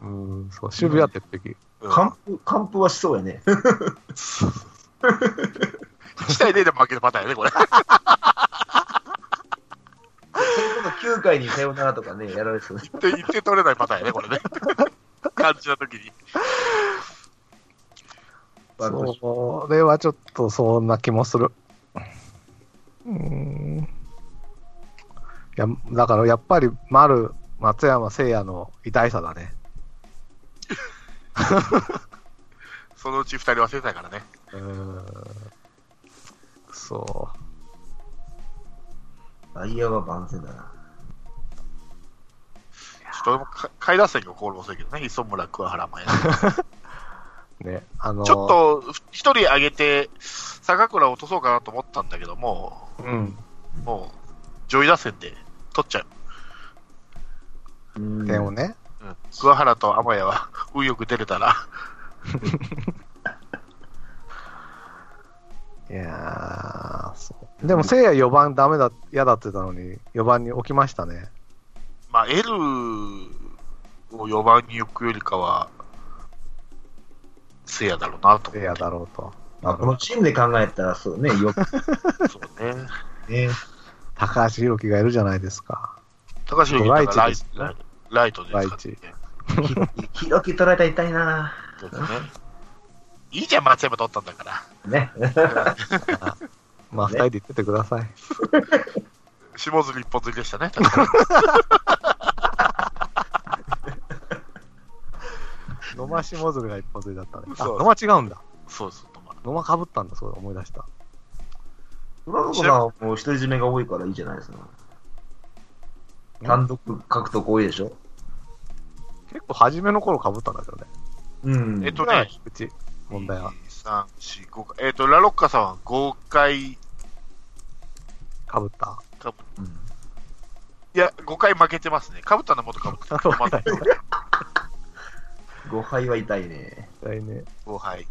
Speaker 2: うん、そう、守備は鉄壁。
Speaker 3: うん
Speaker 4: 完封、完封はしそうやね。
Speaker 3: 1対0で負けるパターンやね、これ。
Speaker 4: それこそ9回にさよならとかね、やられそう。
Speaker 3: 1点、1点取れないパターンやね、これね。感じたときに。
Speaker 4: バントし
Speaker 2: それはちょっとそんな気もする。うーん。いや、だからやっぱり丸、松山聖也の偉大さだね。
Speaker 3: そのうち2人忘れたからね。
Speaker 2: うーん。そう。
Speaker 4: 外野は万全だな。
Speaker 3: ちょっと俺もか買い出せんよ、コールもそうやけどね。磯村、桑原、前田。
Speaker 2: ね。あの、
Speaker 3: ちょっ、と、一人上げて、坂倉落とそうかなと思ったんだけども、
Speaker 2: うん、
Speaker 3: もう、上位打線で取っちゃう。
Speaker 4: うん
Speaker 2: 点をね。
Speaker 3: うん桑原と天谷は運よく出れたら、
Speaker 2: いやー、そう。でも、せいや4番ダメだ、嫌だって言ったのに、4番に置きましたね。
Speaker 3: まあ、L を4番に置くよりかは、せいやだろうなと
Speaker 2: せい
Speaker 3: 思って
Speaker 2: やだろうと。
Speaker 4: まあ、このチームで考えたら、そうね、よく
Speaker 3: そうね。
Speaker 4: ね。
Speaker 2: 高橋宏樹がいるじゃないですか。
Speaker 3: 高橋宏樹ラ
Speaker 2: ラ
Speaker 3: イ
Speaker 2: イチですね
Speaker 3: ライライトで使ってね
Speaker 4: ひろき取られたら痛いな
Speaker 3: そうですね。いいじゃん、松山取ったんだから。
Speaker 4: ね。
Speaker 2: まあ、2
Speaker 4: ね
Speaker 2: 人で言っててください。
Speaker 3: 下鶴一本釣りでした ね、確かに。
Speaker 2: 野間下鶴が一発目だったね。あ、
Speaker 3: そう
Speaker 2: 野間違うんだ。
Speaker 3: そうそう。ま
Speaker 2: 野間被ったんだ、そうだ思い出した。
Speaker 4: 浦野さんはもう独り占めが多いからいいじゃないですか。単独獲得多いでしょ。
Speaker 2: 結構初めの頃被ったんだけどね。
Speaker 4: うん。
Speaker 3: えっと
Speaker 2: は
Speaker 3: ね
Speaker 2: い、うち、問題は。
Speaker 3: 3、4、5回。えっ、と、ラロッカさんは5回、
Speaker 2: 被った。
Speaker 4: うん
Speaker 3: いや、5回負けてますね。かぶったのはもっとかぶった。
Speaker 2: そうだよ
Speaker 4: 誤敗は痛いね。
Speaker 2: 絶対ね。
Speaker 3: 5敗。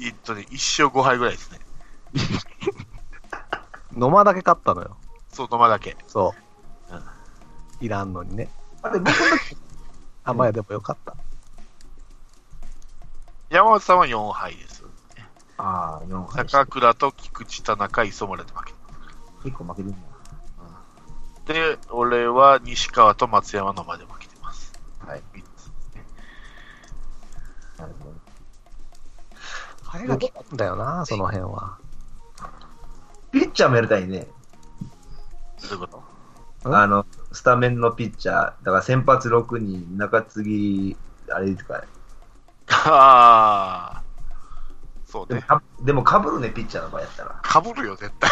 Speaker 3: えっとね、1勝5敗ぐらいですね。
Speaker 2: 野間だけ勝ったのよ。
Speaker 3: そう、野間だけ。
Speaker 2: そう
Speaker 3: うん。
Speaker 2: いらんのにね。
Speaker 4: あれ、僕の時
Speaker 2: あ、まあでもよかった。
Speaker 3: 山本さんは4敗です。
Speaker 4: ああ、4敗。
Speaker 3: 坂倉と菊池、田中、磯村で負け
Speaker 4: 結構負けるんだ。
Speaker 3: てで、俺は西川と松山のまで負けてます。
Speaker 4: はい。
Speaker 3: 三つ
Speaker 4: なるほど。
Speaker 2: ハエが効くんだよな、その辺は。
Speaker 4: ピッチャーもやりたい
Speaker 3: ど
Speaker 4: ね。
Speaker 3: ういうこと
Speaker 2: ん
Speaker 4: あの、スタメンのピッチャー。だから先発6人、中継ぎ、あれですか。
Speaker 3: ああ。そう
Speaker 4: でも
Speaker 3: ね。
Speaker 4: か、でもかぶるね、ピッチャーの場合やったら。
Speaker 3: かぶるよ、絶対。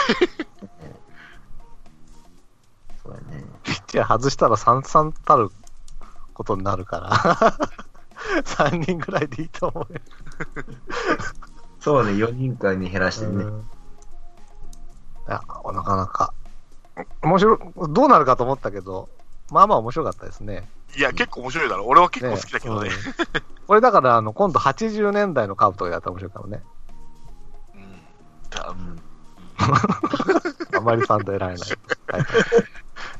Speaker 4: そうやね。
Speaker 2: ピッチャー外したら三々たることになるから。3人ぐらいでいいと思うよ。
Speaker 4: そうね、4人間に減らしてね。
Speaker 2: いや、なかなか。面白い、どうなるかと思ったけど、まあまあ面白かったですね。
Speaker 3: いや、結構面白いだろ。俺は結構
Speaker 2: ね
Speaker 3: 好きだけどね。
Speaker 2: うんこれだから、あの、今度80年代のカブトがやったら面白いかもね。
Speaker 3: うん。だ
Speaker 4: うん
Speaker 2: あまりさんと偉い ない。はい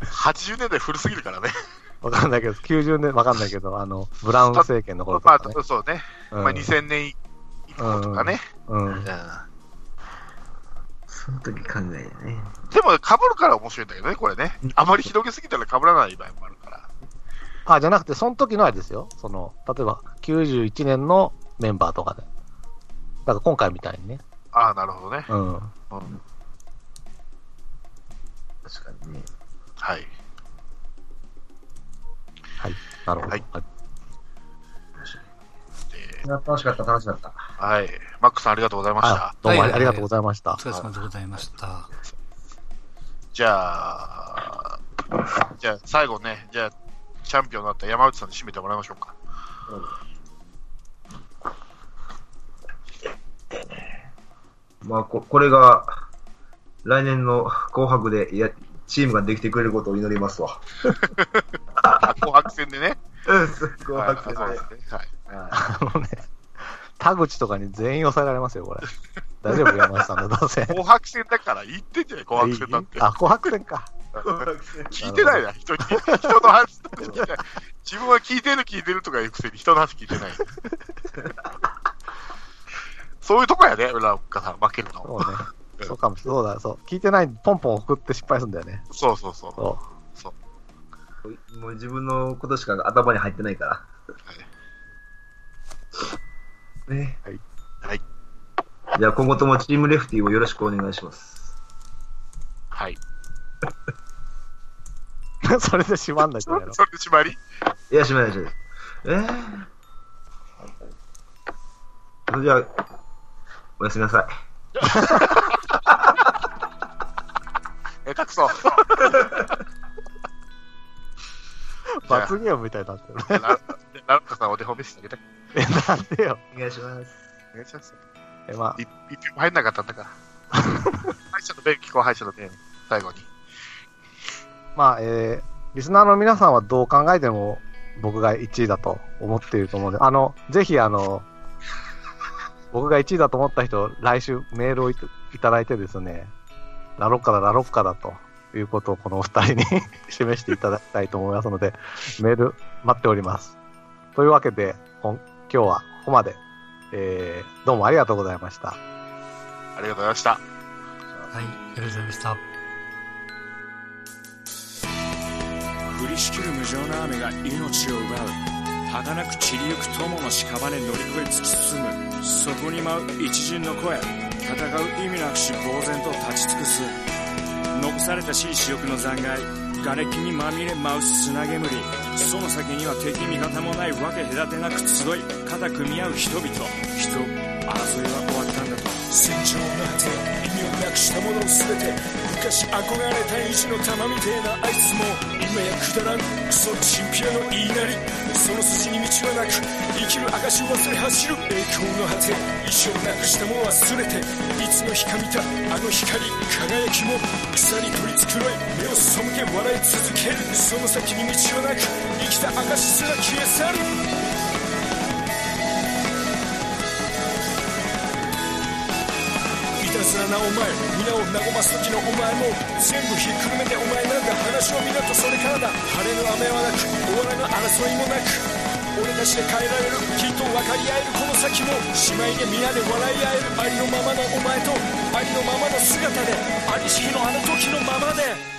Speaker 3: 80年代古すぎるからね。
Speaker 2: わかんないけど、90年、わかんないけど、あの、ブラウン政権の頃と
Speaker 3: ま
Speaker 2: かね
Speaker 3: あ、。そうね。
Speaker 2: うん
Speaker 3: まあ、2000年以降とかね。
Speaker 2: うん
Speaker 3: うん。
Speaker 4: その時考えやね。
Speaker 3: でも、かぶるから面白いんだけどね、これね。あまり広げすぎたらかぶらない場合もあるから。
Speaker 2: あ、じゃなくて、その時のあれですよ。その、例えば、91年のメンバーとかで。だから今回みたいにね。
Speaker 3: ああ、なるほどね。
Speaker 2: うん。
Speaker 3: うん。
Speaker 4: 確かにね。
Speaker 3: はい。
Speaker 2: なるほど。
Speaker 3: はい
Speaker 2: はい
Speaker 3: で
Speaker 4: 楽しかった、楽しかった。
Speaker 3: はい。マックさん、ありがとうございました
Speaker 2: あ。どうもあ
Speaker 1: はいはい
Speaker 2: りありがとうございました。
Speaker 1: お疲れ様でございました。
Speaker 3: じゃあ、じゃあ最後ね、じゃあ、チャンピオンになった山内さんに締めてもらいましょうか。
Speaker 4: まあこ、これが、来年の紅白でや、チームができてくれることを祈りますわ。
Speaker 3: あ紅白戦 でね。
Speaker 4: 紅
Speaker 3: はい
Speaker 4: 白
Speaker 3: そ
Speaker 4: で。
Speaker 3: うですね。はい。
Speaker 4: は
Speaker 2: あのね、田口とかに全員抑えられますよ、これ。大丈夫、山内さんのどうせ。
Speaker 3: 紅白戦だから言ってんじゃない紅白戦だって。
Speaker 2: あ、紅白戦か。
Speaker 3: 聞いてないな、人に。人の話とか聞いてない。自分は聞いてる聞いてるとかいうくせに人の話聞いてない。そういうとこやね、裏岡さん、負ける
Speaker 2: そ
Speaker 3: の。
Speaker 2: うね。そうかもしれない。そうだ、そう。聞いてない、ポンポン送って失敗するんだよね。
Speaker 3: そうそうそう。
Speaker 2: そ
Speaker 4: いもう自分のことしか頭に入ってないから。ね。
Speaker 2: はい。
Speaker 3: はい。
Speaker 4: じゃあ今後ともチームレフティーをよろしくお願いします。
Speaker 3: はい。
Speaker 2: う。 それで閉まんないじゃないの。
Speaker 3: それで締まり
Speaker 4: いや、しまいましょう。えーそれじゃあ、おやすみなさい。
Speaker 3: 下手くそ。
Speaker 2: 罰ゲームみたいになってるね。
Speaker 3: ララロッカさん、お手本見せてあげて。
Speaker 2: え、 なんでよ。
Speaker 4: お願いします。
Speaker 3: お願いします。
Speaker 2: え、まあ、
Speaker 3: 一一票も入んなかったんだから。敗者の弁、気候敗者の弁、最後に。
Speaker 2: まあ、えーリスナーの皆さんはどう考えても僕が1位だと思っていると思うので、あの、ぜひ、あの、僕が1位だと思った人、来週メールをいたいただいてですね、ラロッカだ、ラロッカだということをこのお二人に 示していただきたいと思いますので、メール待っております。というわけで、こん今日はここまで、えーどうもありがとうございました。
Speaker 3: ありがとうございました。
Speaker 1: はい、ありがとうございました。
Speaker 5: 降りしきる無情な雨が命を奪う儚く散りゆく友の屍に乗り越え突き進むそこに舞う一陣の声戦う意味なくし呆然と立ち尽くす残されたしい死翼の残骸瓦礫にまみれ舞う砂煙その先には敵味方もないわけ隔てなく集い肩組み合う人々人争いは終わったんだと戦場の果て意味をなくしたもの全て昔憧れた意地の玉みてえなあいつも今やくだらんクソチンピラの言いなりその筋に道はなく生きる証を忘れ走る栄光の果て意地をなくしたもの忘れていつの日か見たあの光輝きも草に取り繕い目を背け笑い続けるその先に道はなく生きた証すら消え去るいたずらなお前皆を和ます時のお前も全部ひっくるめてお前なんか話を見なとそれからだ晴れの雨はなく終わらぬ争いもなく俺たちで変えられるきっと分かり合えるこの先も姉妹で皆で笑い合えるありのままのお前とありのままの姿でありしきのあの時のままで